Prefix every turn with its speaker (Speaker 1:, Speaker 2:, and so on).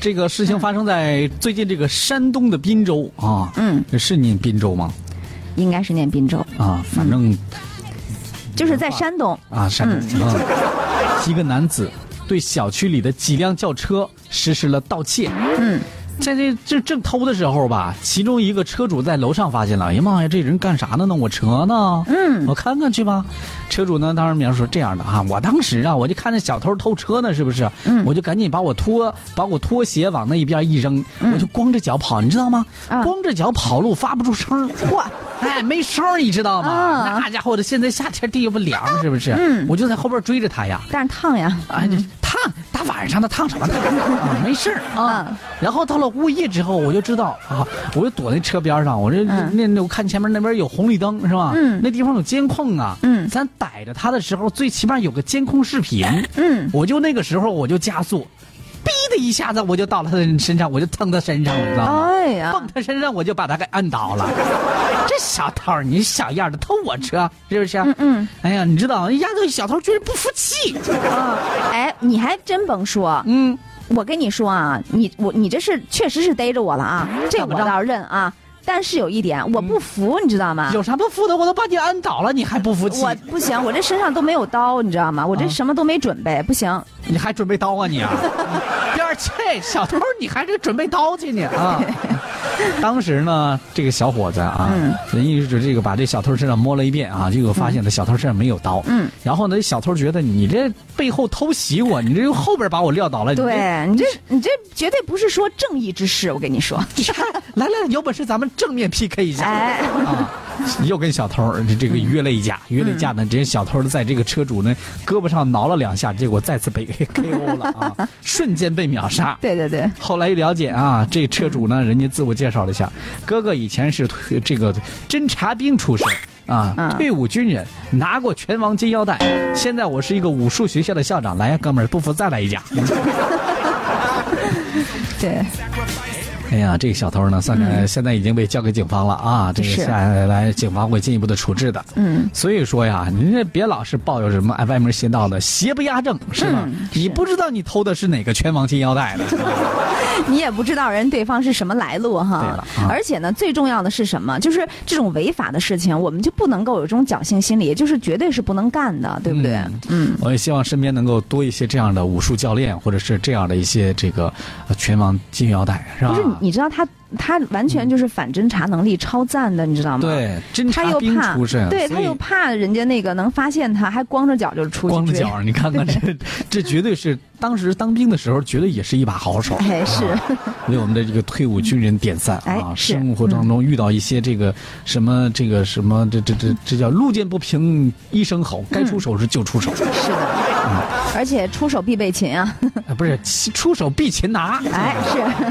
Speaker 1: 这个事情发生在最近这个山东的滨州啊，
Speaker 2: 嗯，
Speaker 1: 是念滨州吗？
Speaker 2: 应该是念滨州，
Speaker 1: 啊，反正
Speaker 2: 就是在山东。
Speaker 1: 啊，山东、啊，一个男子对小区里的几辆轿车实施了盗窃。
Speaker 2: 嗯，
Speaker 1: 在这这正偷的时候吧，其中一个车主在楼上发现了，哎呀妈呀，这人干啥呢？呢，我车呢？
Speaker 2: 嗯
Speaker 1: 我看看去吧。车主呢，当时描述这样的啊，我当时啊，我就看见小偷偷车呢，是不是？嗯，我就赶紧把我拖把我拖鞋往那一边一扔，我就光着脚跑，你知道吗？
Speaker 2: 嗯啊
Speaker 1: 光着脚跑路，发不出声儿，嚯，哎，没声儿，你知道吗？
Speaker 2: 啊
Speaker 1: 那家伙的，现在夏天地又不凉，是不是？
Speaker 2: 嗯
Speaker 1: 我就在后边追着他呀。
Speaker 2: 但是烫呀，
Speaker 1: 啊，这烫，大晚上的烫什么烫？啊，没事儿啊
Speaker 2: 嗯嗯。
Speaker 1: 然后到了午夜之后，我就知道啊，我就躲在车边上，我这、
Speaker 2: 嗯
Speaker 1: 那那我看前面那边有红绿灯是吧？
Speaker 2: 嗯
Speaker 1: 那地方有监控啊。
Speaker 2: 嗯
Speaker 1: 咱逮着他的时候，最起码有个监控视频。
Speaker 2: 嗯，
Speaker 1: 我就那个时候我就加速，哔的一下子我就到了他的身上，我就蹭他身上，你知道吗？
Speaker 2: 哎呀，
Speaker 1: 蹦他身上，我就把他给按倒 了。这小偷儿，你小样儿的偷我车，是不是？
Speaker 2: 嗯嗯，
Speaker 1: 哎呀，你知道，人家这小偷居然不服气。
Speaker 2: 哎，你还真甭说，
Speaker 1: 嗯，
Speaker 2: 我跟你说啊，你我你这是确实是逮着我了啊，这
Speaker 1: 嗯怎
Speaker 2: 我
Speaker 1: 么着嗯
Speaker 2: 倒是认啊，但是有一点我不服，你知道吗？
Speaker 1: 有啥不服的？我都把你按倒了，你还不服气？
Speaker 2: 啊我不行，我这身上都没有刀，你知道吗？我这
Speaker 1: 啊
Speaker 2: 什么都没准备，不行。
Speaker 1: 你还准备刀啊你 啊？第二切，小偷，你还是准备刀去你 啊？当时呢，这个小伙子啊，
Speaker 2: 嗯
Speaker 1: 人一直这个把这小偷身上摸了一遍啊，结果发现他小偷身上没有刀。
Speaker 2: 嗯，
Speaker 1: 然后呢，这小偷觉得你这背后偷袭我，你这又后边把我撂倒了。你这
Speaker 2: 对你这你这绝对不是说正义之士，我跟你说。
Speaker 1: 来来来，有本事咱们正面 PK 一下。
Speaker 2: 哎，
Speaker 1: 啊，又跟小偷这这个约了一架，约了一架呢，这小偷在这个车主呢胳膊上挠了两下，结果再次被 KO 了啊，瞬间被秒杀。
Speaker 2: 对对对，
Speaker 1: 后来一了解啊，这车主呢，人家自我介绍了一下，哥哥以前是退这个侦察兵出身啊，
Speaker 2: 嗯
Speaker 1: 退伍军人，拿过拳王金腰带，现在我是一个武术学校的校长。来呀，哥们儿，不服再来一架。
Speaker 2: 对，
Speaker 1: 哎呀，这个小偷呢，算是现在已经被交给警方了啊，这
Speaker 2: 嗯是
Speaker 1: 个下来警方会进一步的处置的。
Speaker 2: 嗯，
Speaker 1: 所以说呀，您这别老是抱有什么哎歪门邪道的，邪不压正是吗？
Speaker 2: 嗯
Speaker 1: 你不知道你偷的是哪个拳王金腰带的，
Speaker 2: 你也不知道人对方是什么来路
Speaker 1: 对
Speaker 2: 哈
Speaker 1: 了。啊
Speaker 2: 而且呢，最重要的是什么？就是这种违法的事情，我们就不能够有这种侥幸心理，就是绝对是不能干的，对不对？嗯，
Speaker 1: 我也希望身边能够多一些这样的武术教练，或者是这样的一些这个呃拳王金腰带，是吧？
Speaker 2: 不是，你知道他他完全就是反侦查能力超赞的，你知道吗？。
Speaker 1: 对侦
Speaker 2: 他
Speaker 1: 察
Speaker 2: 又
Speaker 1: 兵
Speaker 2: 怕
Speaker 1: 出身，，
Speaker 2: 对
Speaker 1: 所
Speaker 2: 他
Speaker 1: 以
Speaker 2: 又怕人家那个能发现他，还光着脚就出去
Speaker 1: 光着
Speaker 2: 追
Speaker 1: 脚儿，你看看这这绝对是当时当兵的时候，绝对也是一把好手。
Speaker 2: 哎是
Speaker 1: 啊为我们的这个退伍军人点赞
Speaker 2: 哎
Speaker 1: 啊！
Speaker 2: 是
Speaker 1: 生活当中遇到一些这个什么这个什么这这这这叫路见不平一声吼，该出手时就 出手，
Speaker 2: 是的，而
Speaker 1: 哎
Speaker 2: 且出手必备擒啊！
Speaker 1: 啊不是出手必擒拿。
Speaker 2: 哎，是。